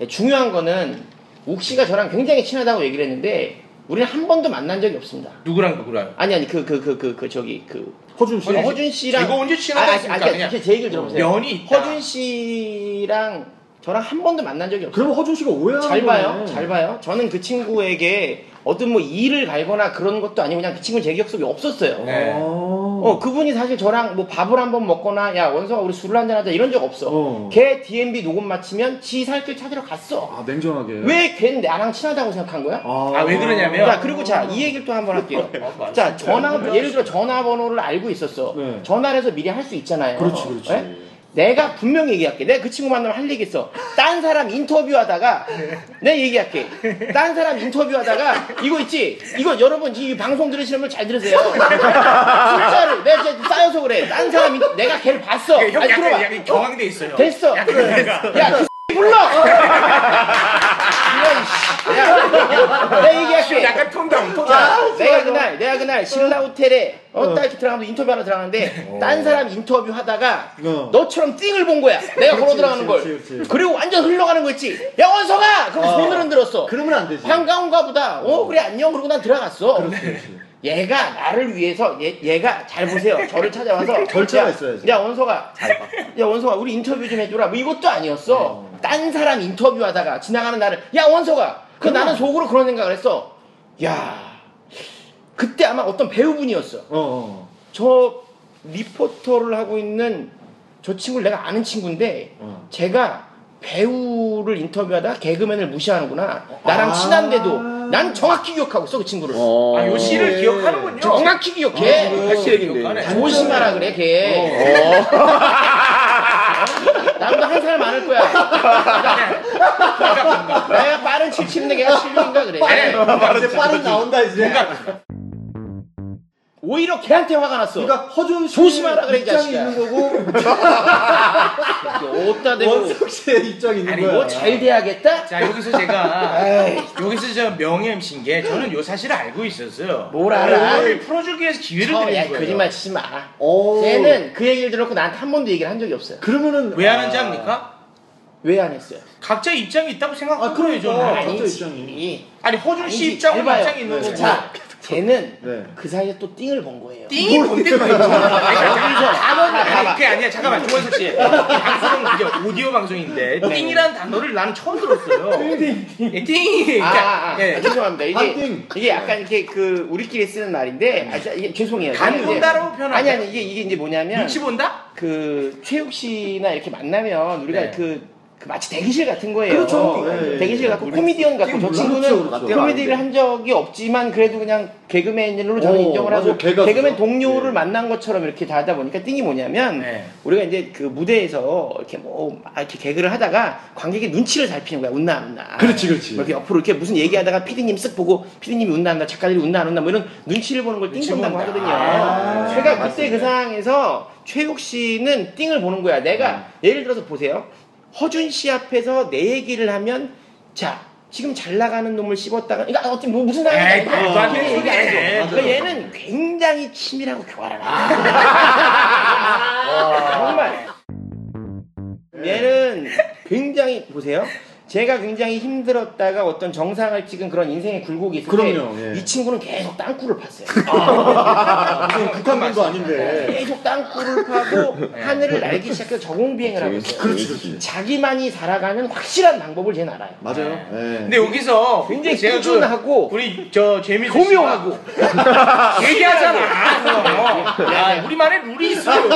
D: 중요한 거는 옥 씨가 저랑 굉장히 친하다고 얘기를 했는데 우리는 한 번도 만난 적이 없습니다.
F: 누구랑 누구랑
D: 아니 아니 그 그 그 그 그 저기 그
C: 허준 씨.
D: 허준, 씨랑
F: 이거 언제 친하다 했습니까,
D: 아니, 아니,
F: 그냥?
D: 아니, 제 얘기를 들어보세요.
F: 면이 있다.
D: 허준 씨랑 저랑 한 번도 만난 적이 없어요.
C: 그러면 허준 씨가 오해하는
D: 잘 봐요,
C: 거네.
D: 잘 봐요. 저는 그 친구에게 어떤 뭐 일을 갈거나 그런 것도 아니고 그냥 그 친구 는제 기억 속에 없었어요.
F: 네.
C: 어.
D: 어 그분이 사실 저랑 뭐 밥을 한 번 먹거나 야 원서가 우리 술을 한잔 하자 이런 적 없어.
C: 어.
D: 걔 DMB 녹음 마치면 지 살길 찾으러 갔어.
C: 아 냉정하게.
D: 왜 걔는 나랑 친하다고 생각한 거야?
F: 아 왜 그러냐면
C: 그러니까
F: 어, 뭐,
D: 자 그리고 자 이 얘기를 또 한번 할게요. 자 전화
F: 네.
D: 예를 들어 전화번호를 알고 있었어.
C: 네.
D: 전화를 해서 미리 할 수 있잖아요.
C: 그렇지, 그렇지.
D: 네? 내가 분명 얘기할게. 내가 그 친구 만나면 할 얘기 있어. 딴 사람 인터뷰하다가
F: 네.
D: 내 얘기할게. 딴 사람 인터뷰하다가 이거 있지. 이거 여러분 이 방송 들으시는 분 잘 들으세요. 진짜로 내가 진짜 쌓여서 그래. 딴 사람 인- 내가 걔를 봤어.
F: 형
D: 아니
F: 약간,
D: 들어봐.
F: 약간 경황돼 있어요.
D: 됐어.
F: 약간 그러니까.
D: 야, 그 불러. 이런 씨. 야, 야, 내가 얘기할게.
F: 약간 톤다운 톤다운.
D: 자, 내가 그날 내가 그날 신라 호텔에 어딱 이렇게 들어가면 인터뷰 하러 들어가는데 딴 사람 인터뷰 하다가
C: 어.
D: 너처럼 띵을 본 거야. 내가 걸어 들어가는 걸.
C: 그렇지, 그렇지, 그렇지.
D: 그리고 완전 흘러가는 거 있지. 야 원서가 그럼 손을 흔들었어.
C: 그러면 안 되지.
D: 반가운가 보다. 어 그래 안녕. 그러고 난 들어갔어. 얘가 나를 위해서 얘, 얘가 잘 보세요. 저를 찾아와서
C: 절차가
D: 야,
C: 있어야지.
D: 야 원서가 야 원서가 우리 인터뷰 좀 해줘라. 뭐 이것도 아니었어.
C: 네.
D: 딴 사람 인터뷰하다가 지나가는 나를 야 원서가. 그 나는 속으로 그런 생각을 했어. 야 그때 아마 어떤 배우분이었어.
C: 어, 어.
D: 저 리포터를 하고 있는 저 친구를 내가 아는 친구인데
C: 어.
D: 제가 배우를 인터뷰하다가 개그맨을 무시하는구나
C: 아.
D: 나랑 친한데도 난 정확히 기억하고 있어 그 친구를
K: 아, 요
D: 예.
K: 시를 기억하는군요.
D: 정확히 아, 그 기억해
F: 같이 얘긴데.
D: 조심하라 그래 걔 나보다 한 살 많을 거야 그러니까 내가 빠른 77인데 걔가 76인가 그래
F: 네.
C: 이제 빠른 나온다 이제.
D: 오히려 걔한테 화가 났어
C: 그러니까 허준
D: 조심하라 그래, 이
C: 입장이
D: 자식아.
C: 있는 거고
D: 어디다 대고
C: 원석 씨의 입장이 있는
F: 아니,
C: 거야.
D: 뭐 잘 돼야겠다?
F: 자 여기서 제가 여기서 저 명예 MC인 게 저는 요 사실을 알고 있었어요.
D: 뭘 알아?
F: 이걸 풀어주기 위해서 기회를
D: 어,
F: 드린
D: 야,
F: 거예요.
D: 거짓말 치지 마.
C: 오.
D: 쟤는 그 얘기를 들었고 나한테 한 번도 얘기를 한 적이 없어요.
C: 어. 그러면은
F: 왜 하는지 압니까?
D: 왜 안 했어요?
F: 각자 입장이 있다고
C: 아,
F: 생각하는 거예요,
C: 그러니까.
F: 저는.
C: 각자
D: 아니지.
C: 입장이.
F: 아니 허준
D: 아니지.
F: 씨 입장은
D: 잘 봐요. 네.
F: 입장이 있는 거고.
D: 자, 쟤는
C: 네.
D: 그 사이에 또 띵을 본 거예요.
F: 띵이 뭔데 거기서
D: 봐봐, 봐봐.
F: 그게 아니야 잠깐만 조원석 씨
D: 네.
F: 방송은 이게 오디오 방송인데 띵이라는 단어를 나는 처음 들었어요 예, 띵띵 띵이
D: 아, 아, 아.
F: 그러니까, 예.
D: 죄송합니다. 이게,
C: 반띵.
D: 이게 약간 이렇게 그 우리끼리 쓰는 말인데, 아, 자, 이게 죄송해요.
F: 간
D: 저는 이제-
F: 본다라고 표현하죠.
D: 아니 아니 이게 이게 이제 뭐냐면
F: 눈치 본다?
D: 그 최욱 씨나 이렇게 만나면 우리가
F: 네.
D: 그, 그 마치 대기실 같은 거예요. 네.
C: 그렇죠. 예,
D: 대기실
C: 예.
D: 같고 코미디언 같고 저
C: 그렇죠,
D: 친구는
C: 그렇죠.
D: 코미디를 한 적이 없지만 그래도 그냥 개그맨으로 저는
C: 오,
D: 인정을
C: 맞아,
D: 하고
C: 개가
D: 개그맨
C: 그죠.
D: 동료를
C: 예.
D: 만난 것처럼 이렇게 다 하다 보니까 띵이 뭐냐면
F: 네.
D: 우리가 이제 그 무대에서 이렇게 뭐 막 이렇게 개그를 하다가 관객의 눈치를 살피는 거야. 웃나 안 웃나.
C: 그렇지, 그렇지.
D: 뭐 이렇게 옆으로 이렇게 무슨 얘기하다가 피디님 쓱 보고 피디님이 웃나 안 웃나 작가들이 웃나 안 웃나 뭐 이런 눈치를 보는 걸
F: 눈치
D: 띵본다고
F: 본다.
D: 하거든요.
F: 아,
D: 제가 그때 그 상황에서 최욱 씨는 띵을 보는 거야. 내가 예를 들어서 보세요. 허준 씨 앞에서 내 얘기를 하면 자 지금 잘 나가는 놈을 씹었다가 그러니까 어떻게 뭐 무슨
F: 에이
D: 상황인지
F: 말도 안 되는
D: 얘기
F: 소리
D: 안 해줘.
F: 해
D: 그러니까 얘는 굉장히 치밀하고 교활하다. 정말. 얘는 굉장히 보세요. 제가 굉장히 힘들었다가 어떤 정상을 찍은 그런 인생의 굴곡이 있을
C: 그럼요,
D: 때
C: 예.
D: 이 친구는 계속 땅굴을 팠어요. 아,
F: 아,
C: 무슨 북한군도 아닌데.
D: 계속 땅굴을 파고 하늘을 날기 시작해서 저공비행을 하고 있어요.
C: 네. 그렇죠, 그렇지, 그렇지.
D: 자기만이 살아가는 확실한 방법을 쟤는 알아요.
C: 맞아요. 예.
F: 근데 여기서
D: 굉장히
F: 제가 그
D: 꾸준하고
F: 우리 저 재미
D: 교묘하고
F: 얘기하잖아. 그래서. 야, 우리만의 룰이 있어요.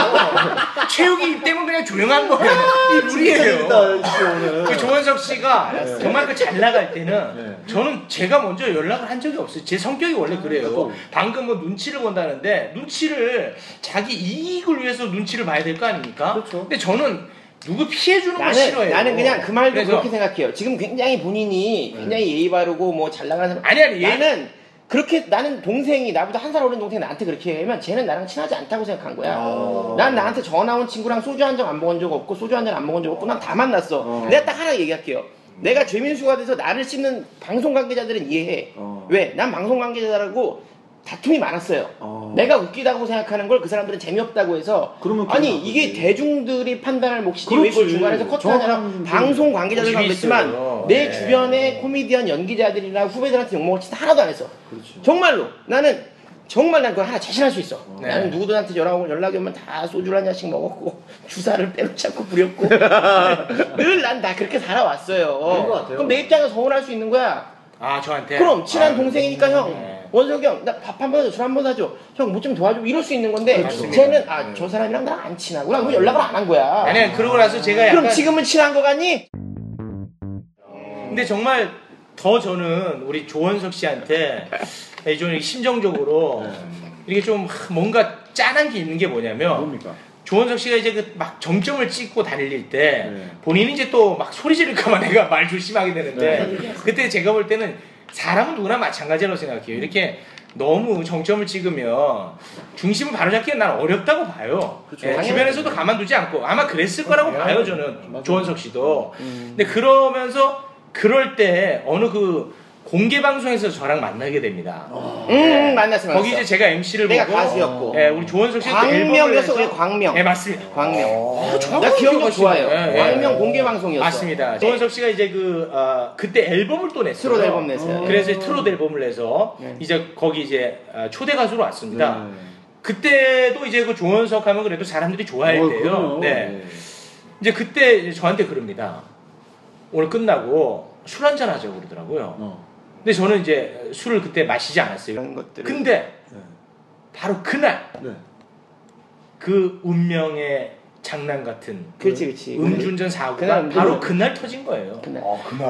F: 체육이 이 때문에 그냥 조용한
D: 아,
F: 거예요. 이 룰이에요.
C: 재밌다, 진짜 오늘.
F: 그 조원석 씨가 정말 그 잘 나갈 때는
C: 네.
F: 저는 제가 먼저 연락을 한 적이 없어요. 제 성격이 원래
D: 아,
F: 그래요. 방금 뭐 눈치를 본다는데 눈치를 자기 이익을 위해서 눈치를 봐야 될 거 아닙니까? 근데 저는 누구 피해 주는 걸
D: 그렇죠. 나는,
F: 싫어해요.
D: 나는 그냥 그 말도
F: 그래서 네.
D: 그렇게 생각해요. 지금 굉장히 본인이 굉장히 예의 바르고 뭐 잘 나가는 사람.
F: 아니, 예. 아니, 얘-
D: 나는 그렇게 나는 동생이 나보다 한 살 어린 동생이 나한테 그렇게 하면 쟤는 나랑 친하지 않다고 생각한 거야. 난 나한테 전화 온 친구랑 소주 한 잔 안 먹은 적 없고 소주 한 잔 안 먹은 적 없고 난 다 만났어. 내가 딱 하나 얘기할게요. 내가 죄민수가 돼서 나를 씹는 방송 관계자들은 이해해.
C: 어.
D: 왜? 난 방송 관계자라고 다툼이 많았어요.
C: 어.
D: 내가 웃기다고 생각하는 걸 그 사람들은 재미없다고 해서
C: 그러면
D: 아니
C: 그건
D: 이게
C: 나쁘지.
D: 대중들이 판단할 몫이지 왜
C: 그렇지.
D: 이걸 중간에서 커트하냐라
C: 정확한
D: 방송 관계자들도 안
F: 모습이
D: 됐지만
F: 있어요.
D: 내
F: 네.
D: 주변에 코미디언 연기자들이나 후배들한테 욕먹을 짓 하나도 안 했어 정말로 나는 정말 난 그거 하나 자신할 수 있어
F: 네.
D: 나는 누구들한테 연락 오면 연락이 오면 다 소주를 한 잔씩 먹었고 주사를 빼놓지 않고 부렸고 늘 난 다 그렇게 살아왔어요 그럼 내 입장에서 서운할 수 있는 거야
F: 아 저한테
D: 그럼 친한 동생이니까 형
F: 네.
D: 원석이 형 나 밥 한 번 사줘 술 한 번 사줘 형 뭐 좀 도와줘 이럴 수 있는 건데
F: 그렇죠.
D: 쟤는 아 저 사람이랑 나 안 친하구나 그럼 연락을 안 한 거야
F: 아니 그러고 나서 제가 약간
D: 그럼 지금은 친한 거 같니?
F: 근데 정말 더 저는 우리 조원석 씨한테 좀 심정적으로 이렇게 좀 뭔가 짠한 게 있는 게 뭐냐면
C: 뭡니까?
F: 조원석 씨가 이제 그 막 정점을 찍고 달릴 때
C: 네.
F: 본인이 이제 또 막 소리 지를까봐 내가 말 조심하게
D: 네.
F: 되는데 그때 제가 볼 때는 사람은 누구나 마찬가지라고 생각해요.
D: 음.
F: 이렇게 너무 정점을 찍으면 중심을 바로잡기엔 난 어렵다고 봐요. 예,
D: 그렇죠. 당연히. 그렇죠. 음,
F: 주변에서도 가만두지 않고 아마 그랬을 거라고 봐요 저는 조원석 씨도. 근데 그러면서 그럴 때 어느 그 공개 방송에서 저랑 만나게 됩니다.
D: 음, 만났어, 만났어.
F: 예. 거기 이제 제가 MC를
D: 내가
F: 보고
D: 가수였고.
F: 예, 우리 조원석 씨도
D: 광명이었어, 우리 광명.
F: 예, 어, 맞습니다.
D: 광명. 나
F: 정확하게
D: 기억거
F: 기억하시네요.
D: 좋아요.
F: 예, 예.
D: 광명 공개 방송이었어.
F: 맞습니다.
D: 네.
F: 조원석 씨가 이제 그 어, 그때 앨범을 또 냈어요. 음.
D: 트롯 앨범 냈어요.
F: 그래서 트롯 앨범을 내서
D: 네.
F: 이제 거기 이제 어, 초대 가수로 왔습니다. 그때도 이제 그 조원석 하면 그래도 사람들이 좋아할
G: 어,
F: 때요.
G: 그럼요.
F: 네. 이제 그때 이제 저한테 그럽니다. 오늘 끝나고 술 한잔 하자고 그러더라고요.
G: 어.
F: 근데 저는 이제 술을 그때 마시지 않았어요.
D: 이런 것들을.
F: 근데
D: 네.
F: 바로 그날
G: 네.
F: 그 운명의 장난 같은
D: 그렇지, 그렇지.
F: 음주운전 사고가
D: 그날
F: 바로
D: 운명을-
F: 그날 터진 거예요.
D: 그날.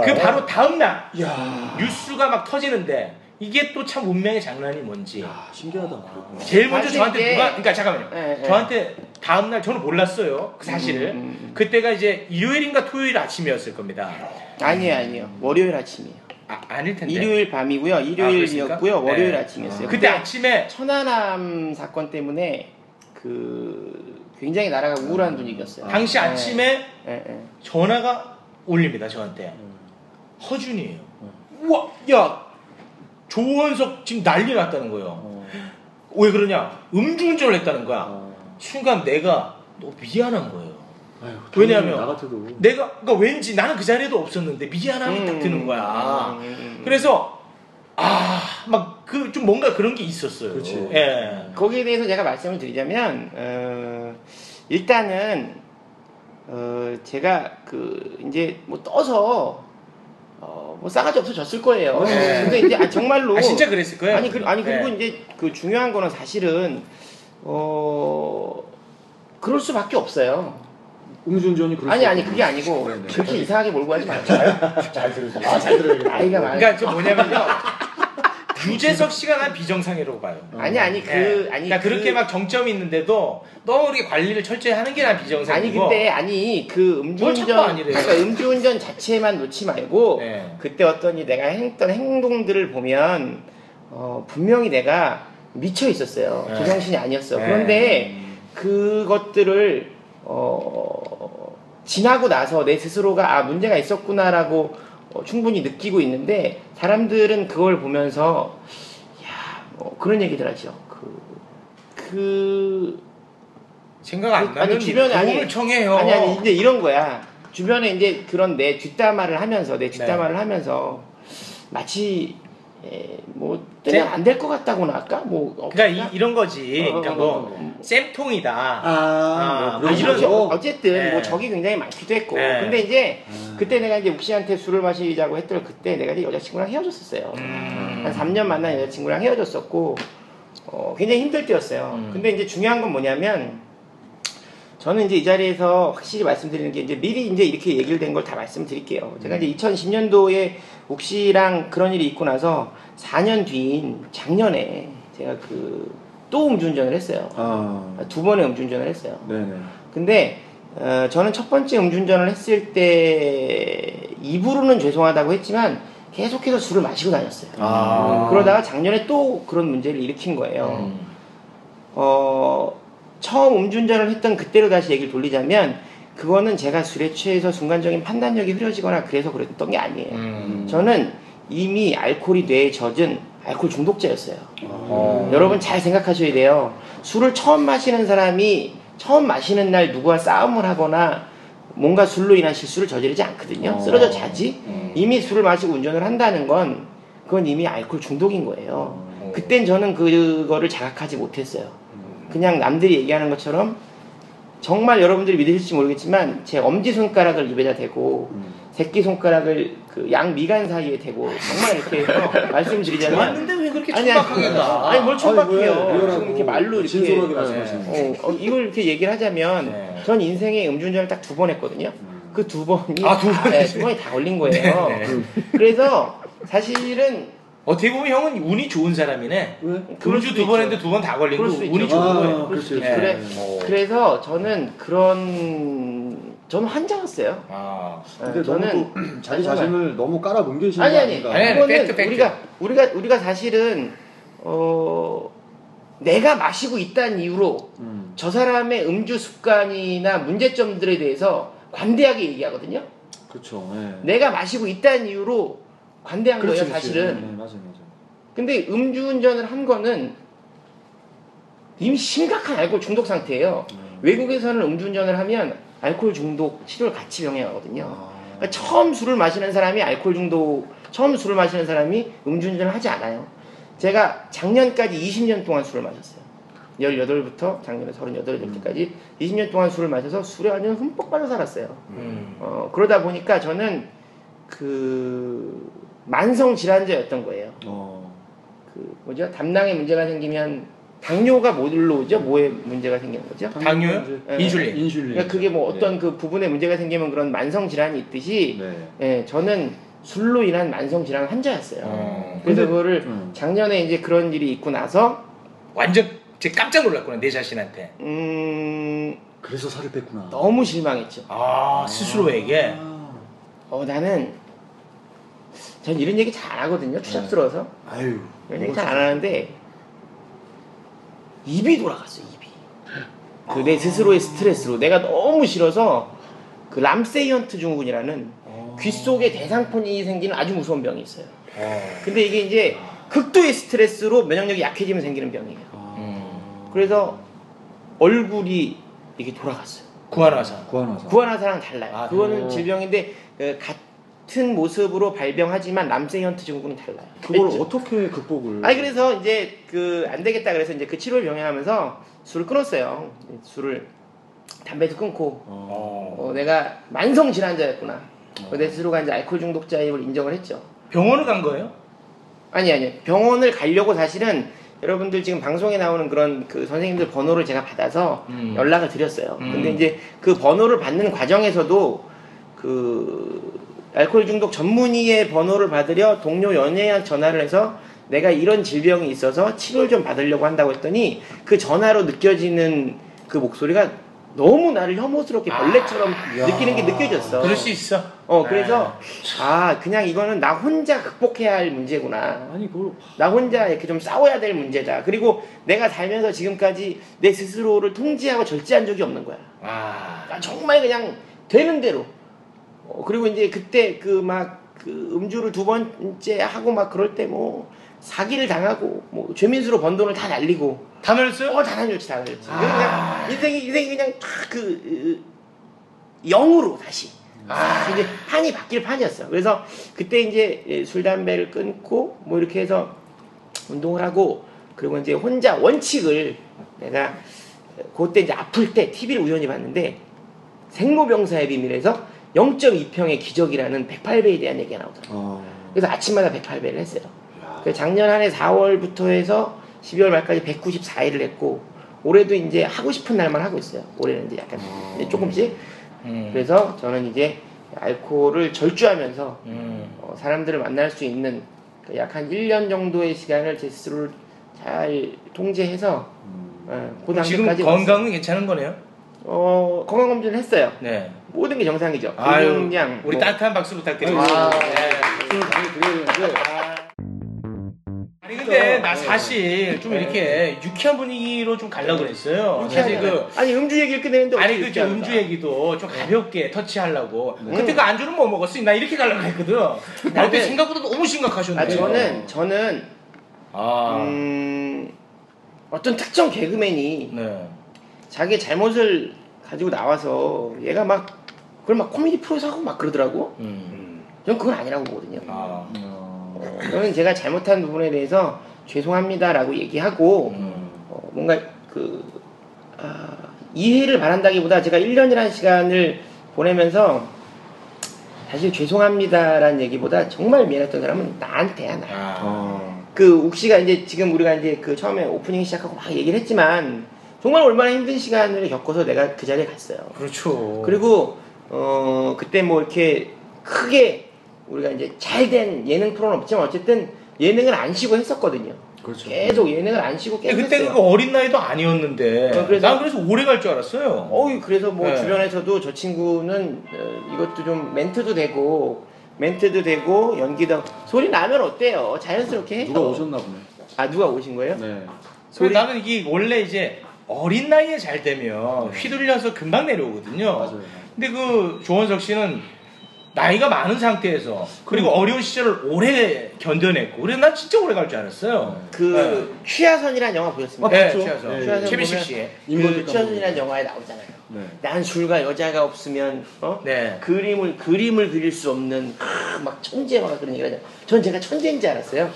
F: 그 바로 다음 날 뉴스가 막 터지는데 이게 또 참 운명의 장난이 뭔지
G: 신기하다.
F: 제일 먼저
D: 아. 사실
F: 저한테
D: 이게-
F: 누가 그러니까 잠깐만요.
D: 네, 네.
F: 저한테 다음 날 저는 몰랐어요. 그 사실을.
D: 음, 음, 음.
F: 그때가 이제 일요일인가 토요일 아침이었을 겁니다.
D: 아니에요, 아니에요. 월요일 아침이에요.
F: 아, 아닐 텐데. 아,
D: 일요일 밤이고요.
F: 그랬습니까?
D: 일요일이었고요. 월요일
F: 네.
D: 아침이었어요.
F: 그때 아침에
D: 천안함 사건 때문에 그 굉장히 나라가 우울한 분위기였어요.
F: 아. 당시
D: 예,
F: 아침에
D: 예, 예.
F: 전화가 올립니다 저한테
D: 음.
F: 허준이에요. 우와 야 조원석 지금 난리 났다는 거예요.
D: 어.
F: 왜 그러냐 음주운전을 했다는 거야. 순간 내가 너무 미안한 거예요. 왜냐하면
G: 나 같아도.
F: 내가 그러니까 왠지 나는 그 자리에도 없었는데 미안함이
D: 음,
F: 딱 드는 거야.
D: 음, 음, 음.
F: 그래서 아 막 그 좀 뭔가 그런 게 있었어요.
G: 그렇지.
F: 예.
D: 거기에 대해서 제가 말씀을 드리자면 어, 일단은 어, 제가 그 이제 뭐 떠서 어, 뭐 싸가지 없어 졌을 거예요.
F: 네.
D: 근데 이제 아, 정말로
F: 아 진짜 그랬을 거예요.
D: 아니, 그, 아니 그리고
F: 예.
D: 이제 그 중요한 거는 사실은 어 그럴 수밖에 없어요.
G: 음주운전이 그럴
D: 아니
G: 수
D: 아니
G: 있구나.
D: 그게 아니고
G: 그래, 네.
D: 그렇게 이상하게 몰고 하지 마세요. 잘 들으세요. 나이가 많아.
F: 그러니까 저 뭐냐면요. 유재석 씨가 난 비정상이라고 봐요.
D: 아니 아니 그
F: 예.
D: 아니
F: 그러니까 그, 렇게
D: 그-
F: 막 정점이 있는데도 너무 우리 관리를 철저히 하는 게 난 비정상이고.
D: 아니 근데 아니 그
F: 뭘
D: 음주운전
F: 자꾸 아니래요.
D: 그러니까 음주운전 자체만 놓지 말고
F: 네.
D: 그때 어떤 이 내가 했던 행동들을 보면 어, 분명히 내가 미쳐 있었어요.
F: 네.
D: 제정신이 아니었어.
F: 네.
D: 그런데 그것들을 어, 지나고 나서 내 스스로가 아 문제가 있었구나라고 어, 충분히 느끼고 있는데 사람들은 그걸 보면서 야, 뭐 그런 얘기들 하죠. 그 그,
F: 생각 안
D: 아니,
F: 나면
D: 주변에 아니-
F: 도움을 청해요.
D: 아니 아니 이제 이런 거야 주변에 이제 그런 내 뒷담화를 하면서 내 뒷담화를
F: 네.
D: 하면서 마치 에, 뭐 뜨면
F: 제-
D: 안 될 것 같다고나 할까 뭐 어,
F: 그러니까 이, 런 거지. 그러니까
D: 어, 어,
F: 뭐 쌤통이다.
G: 아,
F: 아,
G: 뭐
D: 아니,
G: 그런
D: 어째-
G: 거.
D: 어쨌든
F: 네.
D: 뭐 적이 굉장히 많기도 했고
F: 네.
D: 근데 이제
G: 음.
D: 그때 내가 이제 욱 씨한테 술을 마시자고 했던 그때 내가 이제 여자친구랑 헤어졌었어요
G: 음.
D: 한 3년 만난 여자친구랑 헤어졌었고 어, 굉장히 힘들 때였어요
G: 음.
D: 근데 이제 중요한 건 뭐냐면 저는 이제 이 자리에서 확실히 말씀드리는 게 이제 미리 이제 이렇게 얘기를 된 걸 다 말씀드릴게요. 제가
G: 음.
D: 이제 2010년도에 옥시랑 그런 일이 있고 나서 4년 뒤인 작년에 제가 그 또 음주운전을 했어요.
G: 아,
D: 두 번의 음주운전을 했어요.
G: 네네.
D: 근데 어, 저는 첫 번째 음주운전을 했을 때 입으로는 죄송하다고 했지만 계속해서 술을 마시고 다녔어요.
G: 아.
D: 그러다가 작년에 또 그런 문제를 일으킨 거예요.
F: 음.
D: 어, 처음 음주운전을 했던 그때로 다시 얘기를 돌리자면 그거는 제가 술에 취해서 순간적인 판단력이 흐려지거나 그래서 그랬던 게 아니에요.
F: 음.
G: 음.
D: 저는 이미 알코올이 뇌에 젖은 알코올 중독자였어요. 여러분 잘 생각하셔야 돼요. 술을 처음 마시는 사람이 처음 마시는 날 누구와 싸움을 하거나 뭔가 술로 인한 실수를 저지르지 않거든요. 쓰러져 자지. 이미 술을 마시고 운전을 한다는 건 그건 이미 알코올 중독인 거예요. 그땐 저는 그거를 자각하지 못했어요. 그냥 남들이 얘기하는 것처럼 정말 여러분들이 믿으실지 모르겠지만 제 엄지 손가락을 입에다 대고 새끼 손가락을 그 양 미간 사이에 대고 정말 이렇게 해서 말씀드리자면
F: 왔는데 왜 그렇게
D: 아니, 아니,
F: 촉박하게 가?
D: 아니
G: 아니,
D: 뭘
G: 왜
D: 촉박해요.
G: 리얼하고
D: 지금 이렇게 말로 이렇게
G: 진솔하게
F: 네.
G: 말씀하시는 거.
D: 어, 어, 이걸 이렇게 얘기를 하자면
F: 네.
D: 전 인생에 음주운전을 딱 두 번 했거든요.
G: 음.
D: 그 두 번이
F: 아, 두 번이지.
D: 네, 두 번이 다 걸린 거예요.
F: 네,
D: 그래서 사실은
F: 어떻게 보면 형은 운이 좋은 사람이네.
G: 왜?
D: 그럴
F: 음주
D: 수도
F: 두 번
D: 있죠.
F: 했는데 두 번 다 걸리고
D: 그럴 수
F: 운이
D: 있죠.
F: 좋은
G: 아,
F: 거예요.
G: 그렇지,
F: 네.
D: 그래,
F: 어.
J: 뭐,
D: 그래서 저는 그런 저는 환장했어요.
F: 아.
G: 근데
D: 네,
G: 너무
C: 음,
G: 또 자기 자신을 너무 깔아 뭉개시는
D: 아니
G: 거
D: 아니
G: 아닌가?
F: 아니,
C: 네.
F: 아니,
D: 그거는
F: 팩트, 팩트.
D: 우리가 우리가 우리가 사실은 어 내가 마시고 있다는 이유로
G: 음.
D: 저 사람의 음주 습관이나 문제점들에 대해서 관대하게 얘기하거든요.
G: 그렇죠. 예.
D: 내가 마시고 있다는 이유로 관대한
C: 네. 그렇지,
D: 거예요,
C: 그렇지.
D: 사실은.
C: 네, 맞아요, 맞아요.
D: 근데 음주운전을 한 거는 이미 심각한 알코올 중독 상태예요. 외국에서는 음주운전을 하면 알코올 중독 치료를 같이 병행하거든요. 그러니까 처음 술을 마시는 사람이 알코올 중독, 처음 술을 마시는 사람이 음주운전을 하지 않아요. 제가 작년까지 20년 동안 술을 마셨어요. 18부터 작년에 38일 때까지 20년 동안 술을 마셔서 술에 완전 흠뻑 빠져 살았어요.
J: 음.
D: 어, 그러다 보니까 저는 그 만성 질환자였던 거예요.
C: 어.
D: 그 뭐죠? 담낭에 문제가 생기면 당뇨가 못 올라오죠? 뭐에 문제가 생기는 거죠?
J: 당뇨요?
D: 예.
J: 인슐린.
C: 인슐린.
D: 그러니까 그게 뭐 어떤 그 부분에 문제가 생기면 그런 만성 질환이 있듯이
C: 예. 네.
D: 예, 저는 술로 인한 만성 질환 환자였어요.
J: 어.
D: 그래서 그거를
C: 음.
D: 작년에 이제 그런 일이 있고 나서
J: 완전 제 깜짝 놀랐구나 내 자신한테.
D: 음,
C: 그래서 살을 뺐구나.
D: 너무 실망했죠.
J: 아 스스로에게.
C: 아,
D: 어 나는 전 이런 얘기 잘 안 하거든요. 추잡스러워서
C: 네. 아유.
D: 이런 얘기 잘 안 하는데 입이 돌아갔어요. 입이. 그
C: 아.
D: 내 스스로의 스트레스로 내가 너무 싫어서 그 람세이언트 증후군이라는
C: 어.
D: 귀 속에 대상폰이 생기는 아주 무서운 병이 있어요. 근데 이게 이제 극도의 스트레스로 면역력이 약해지면 생기는 병이에요.
J: 음.
C: 어.
D: 그래서 얼굴이 이게 돌아갔어요.
J: 구한화상.
C: 구한화사.
D: 구안화사랑 달라요.
C: 네.
J: 아,
D: 그거는 질병인데 그 같은 모습으로 발병하지만 람세이언트 증후군은 달라요.
C: 그걸
D: 그랬죠?
C: 어떻게 극복을?
D: 아니 그래서 이제 그 안 되겠다 그래서 이제 그 치료를 병행하면서 술을 끊었어요. 술을 담배도 끊고
J: 어.
D: 어, 내가 만성 질환자였구나. 어, 내 스스로가 이제 알코올 중독자임을 인정을 했죠.
J: 병원을 간 거예요?
D: 아니 아니 병원을 가려고 사실은 여러분들 지금 방송에 나오는 그런 그 선생님들 번호를 제가 받아서
J: 음.
D: 연락을 드렸어요.
J: 음.
D: 근데 이제 그 번호를 받는 과정에서도 그 알코올 중독 전문의의 번호를 받으려 동료 연예인 전화를 해서 내가 이런 질병이 있어서 치료를 좀 받으려고 한다고 했더니 그 전화로 느껴지는 그 목소리가 너무 나를 혐오스럽게 벌레처럼 느끼는 게 느껴졌어.
J: 아. 그럴 수 있어.
D: 어 그래서 아 그냥 이거는 나 혼자 극복해야 할 문제구나.
C: 아니 그걸
D: 나 혼자 이렇게 좀 싸워야 될 문제다. 그리고 내가 살면서 지금까지 내 스스로를 통제하고 절제한 적이 없는 거야.
J: 아.
D: 나 정말 그냥 되는 대로. 어, 그리고 이제 그때 그 막 그 음주를 두 번째 하고 막 그럴 때 뭐 사기를 당하고 뭐 죄민수로 번 돈을 다 날리고
J: 다 날렸어요?
D: 어 단한줄치 단한줄치. 그냥 인생이 인생이 그냥 탁그 영으로 다시. 아, 이제 판이 바뀔 판이었어. 그래서 그때 이제 예, 술 담배를 끊고 뭐 이렇게 해서 운동을 하고 그리고 이제 혼자 원칙을 내가 그때 이제 아플 때 TV를 우연히 봤는데 생로병사의 비밀에서 0.2평의 기적이라는 108배에 대한 얘기가 나오더라고.
C: 어.
D: 그래서 아침마다 108배를 했어요. 그래서 작년 한 해 4월부터 해서 12월 말까지 194일을 했고 올해도 이제 하고 싶은 날만 하고 있어요. 올해는 이제 약간
J: 아.
D: 이제 조금씩.
J: 음.
D: 그래서 저는 이제 알코올을 절주하면서
J: 음.
D: 어, 사람들을 만날 수 있는 그 약 한 1년 정도의 시간을 제 스스로를 잘 통제해서 어, 그
J: 음. 지금
D: 단계까지 왔어요.
J: 건강은 괜찮은 거네요?
D: 어, 건강 검진을 했어요.
J: 네.
D: 모든 게 정상이죠.
J: 아유,
D: 그냥
J: 우리
D: 뭐-
J: 따뜻한 박수 부탁드립니다.
D: 아유,
J: 네.
C: 술을 많이 드려야 되는데
J: 아니 근데 나 사실 좀
D: 네.
J: 이렇게 유쾌한 분위기로 좀 가려고 그랬어요. 사실 그
D: 뭐 아니 음주 얘기를 끝내는데
J: 아니
D: 어떻게
J: 그저
D: 이렇게 네.
J: 음주
D: 합니까?
J: 얘기도 좀 가볍게 터치하려고. 그때 그 안주는 뭐 먹었어? 나 이렇게 가려고 했거든. 나 그때
D: 나는-
J: 생각보다 너무 심각하셨네.
D: 아 저는 저는
J: 아.
D: 음, 어떤 특정 개그맨이
J: 네.
D: 자기 잘못을 가지고 나와서 얘가 막 그걸 막 코미디 프로에서 하고 막 그러더라고.
J: 음.
D: 전 그건 아니라고 보거든요.
J: 아.
D: 어, 저는 제가 잘못한 부분에 대해서 죄송합니다라고 얘기하고
J: 음.
D: 어, 뭔가 그 아, 이해를 바란다기보다 제가 1년이라는 시간을 보내면서 사실 죄송합니다라는 얘기보다 정말 미안했던 사람은 나한테야 나.
J: 아.
D: 그 욱씨가 이제 지금 우리가 이제 그 처음에 오프닝 시작하고 막 얘기를 했지만 정말 얼마나 힘든 시간을 겪어서 내가 그 자리에 갔어요.
J: 그렇죠.
D: 그리고 어 그때 뭐 이렇게 크게 우리가 이제 잘 된 예능 프로는 없지만 어쨌든 예능을 안 쉬고 했었거든요.
C: 그렇죠.
D: 계속 예능을 안 쉬고
J: 근데
D: 계속
J: 그때
D: 했어요.
J: 그거 어린 나이도 아니었는데
D: 어, 그래서-
J: 난 그래서 오래 갈 줄 알았어요.
D: 어우 그래서 뭐
J: 네.
D: 주변에서도 저 친구는 어, 이것도 좀 멘트도 되고 멘트도 되고 연기도 하고. 소리 나면 어때요? 자연스럽게 해요.
C: 누가 오셨나 보네.
D: 아 누가 오신 거예요?
C: 네.
J: 그리고 나는 이게 원래 이제 어린 나이에
D: 네.
J: 잘 되면 휘둘려서 금방 내려오거든요.
C: 맞아요.
J: 근데 그 조원석 씨는
F: 나이가 많은 상태에서 그리고
D: 음.
F: 어려운 시절을 오래 견뎌냈고 그래서 난 진짜 오래 갈 줄 알았어요.
D: 그 취하선이라는 영화 보셨습니까?
F: 네. 어, 봤죠. 예, 예. 최민식
D: 보면
F: 씨의.
D: 그 취하선이라는 영화에 나오잖아요. 난 술과 여자가 없으면 어?
F: 네.
D: 그림을 그림을 그릴 수 없는 크, 막 천재 막 그런 얘기를 하죠. 전 제가 천재인 줄 알았어요.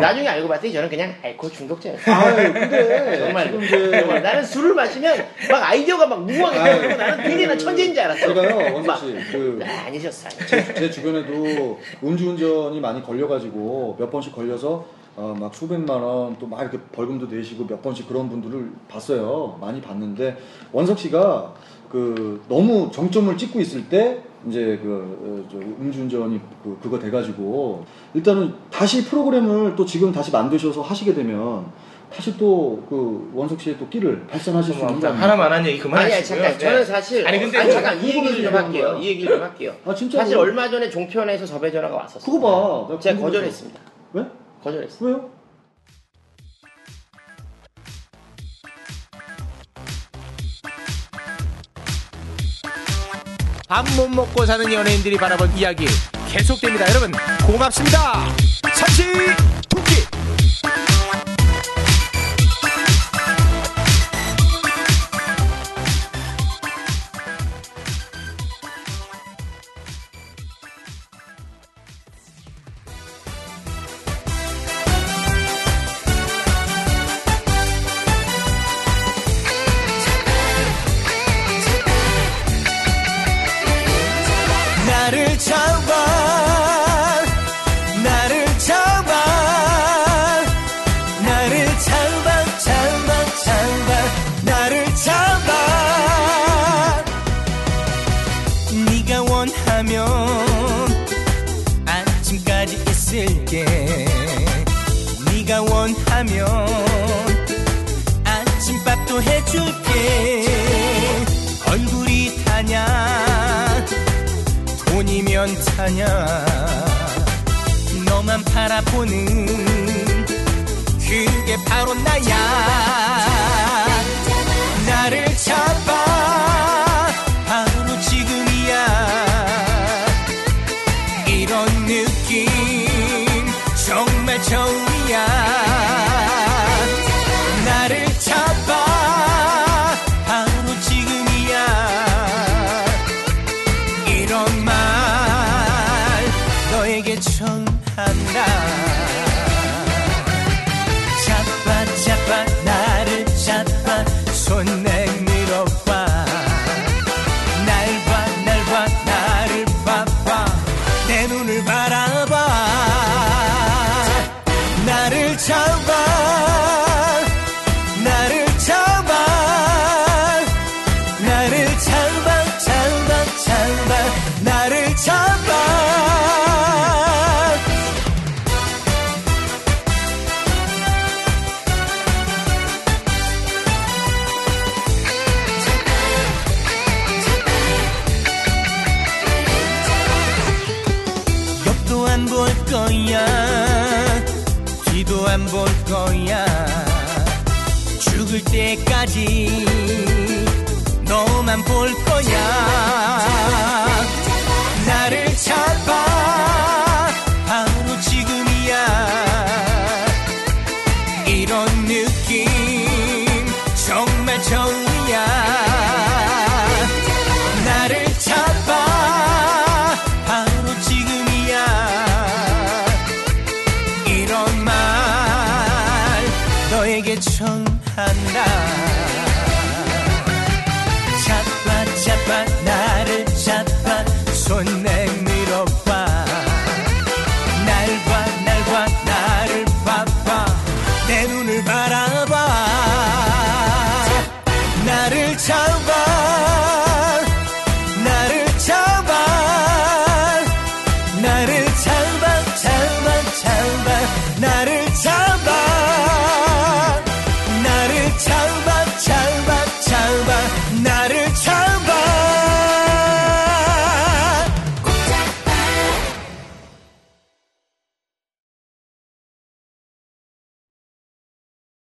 D: 나중에 알고 봤더니 저는 그냥 알코올 중독자였어요.
F: 아, 네.
D: 네,
G: 근데
D: 정말,
G: 지금
F: 그
G: 이제
D: 정말 나는 술을 마시면 막 아이디어가 막 무궁하게
F: 네.
G: 아유.
D: 나고 나는 되게 난 천재인 줄 알았어.
G: 제가요 원석
D: 막,
G: 씨그
D: 아, 아니셨어. 아니셨어.
G: 제, 제 주변에도 음주운전이 많이 걸려가지고 몇 번씩 걸려서 어, 막 수백만 원 또 막 이렇게 벌금도 내시고 몇 번씩 그런 분들을 봤어요. 많이 봤는데 원석 씨가 그 너무 정점을 찍고 있을 때 이제 그 어, 저 음주운전이 그, 그거 돼가지고 일단은 다시 프로그램을 또 지금 다시 만드셔서 하시게 되면 다시 또 그 원석 씨의 또 끼를 발산하실 수 있는 거 아닙니까?
F: 뭐 하나만 한 얘기
D: 음. 아니, 아니
F: 그만하시고요.
D: 잠깐
F: 네.
D: 저는 사실
F: 아니, 근데 뭐
D: 아니,
F: 저-
D: 잠깐 이 얘기 좀
G: 궁금해서
D: 할게요
G: 얘기한
D: 이 얘기 좀 할게요
G: 아 진짜
D: 사실 얼마 전에 종편에서 섭외 전화가 왔었어요
G: 그거 봐. 내가
D: 제가
G: 궁금해서.
D: 거절했습니다
G: 왜?
D: 거절했어요
G: 왜요?
L: 밥 못 먹고 사는 연예인들이 바라본 이야기 계속됩니다. 여러분 고맙습니다. 잠시 토끼. 나를 잡아 나를 잡아 나를 잡아 잡아 잡아 나를 잡아 네가 원하면 아침까지 있을게 네가 원하면 아침밥도 해줄게 얼굴이 타냐 돈이면 타냐 너만 바라보는 그게 바로 나야 나를 잡아 바로 지금이야 이런 느낌 정말 처음이야 나를 잡아 바로 지금이야 이런 말 너에게 처음 한다 잡아 잡아 나를 잡아 손 내밀어봐 날 봐 날 봐 나를 봐봐 내 눈을 바라봐 나를 잡아 나를 잡아 나를 잡아 잡아 잡아 나를 잡아 옆도 안 볼 거야 뒤도 안 볼 거야 죽을 때까지 너만 볼 거야 나를 잡아 바로 지금이야 이런 느낌 정말 처음이야 나를 잡아 바로 지금이야 이런 말 너에게 처음 한다